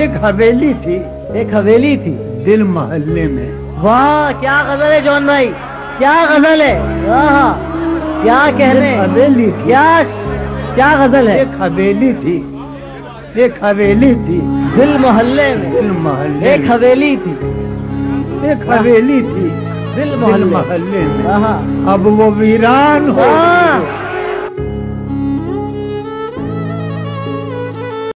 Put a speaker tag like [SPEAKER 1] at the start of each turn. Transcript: [SPEAKER 1] ایک حویلی تھی
[SPEAKER 2] ایک حویلی تھی
[SPEAKER 1] دل محلے میں
[SPEAKER 2] واہ کیا غزل ہے جون بھائی کیا غزل ہے واہ کیا کہہ رہے
[SPEAKER 1] ایک
[SPEAKER 2] ہیں
[SPEAKER 1] حویلی تھی
[SPEAKER 2] کیا کیا غزل ہے
[SPEAKER 1] ایک حویلی تھی ایک حویلی تھی
[SPEAKER 2] دل محلے میں
[SPEAKER 1] دل محلے
[SPEAKER 2] ایک
[SPEAKER 1] میں
[SPEAKER 2] حویلی تھی
[SPEAKER 1] ایک حویلی تھی
[SPEAKER 2] دل
[SPEAKER 1] دل
[SPEAKER 2] محلے
[SPEAKER 1] محلے میں
[SPEAKER 2] ہاں
[SPEAKER 1] اب وہ ویران ہو
[SPEAKER 2] ہاں
[SPEAKER 1] گئی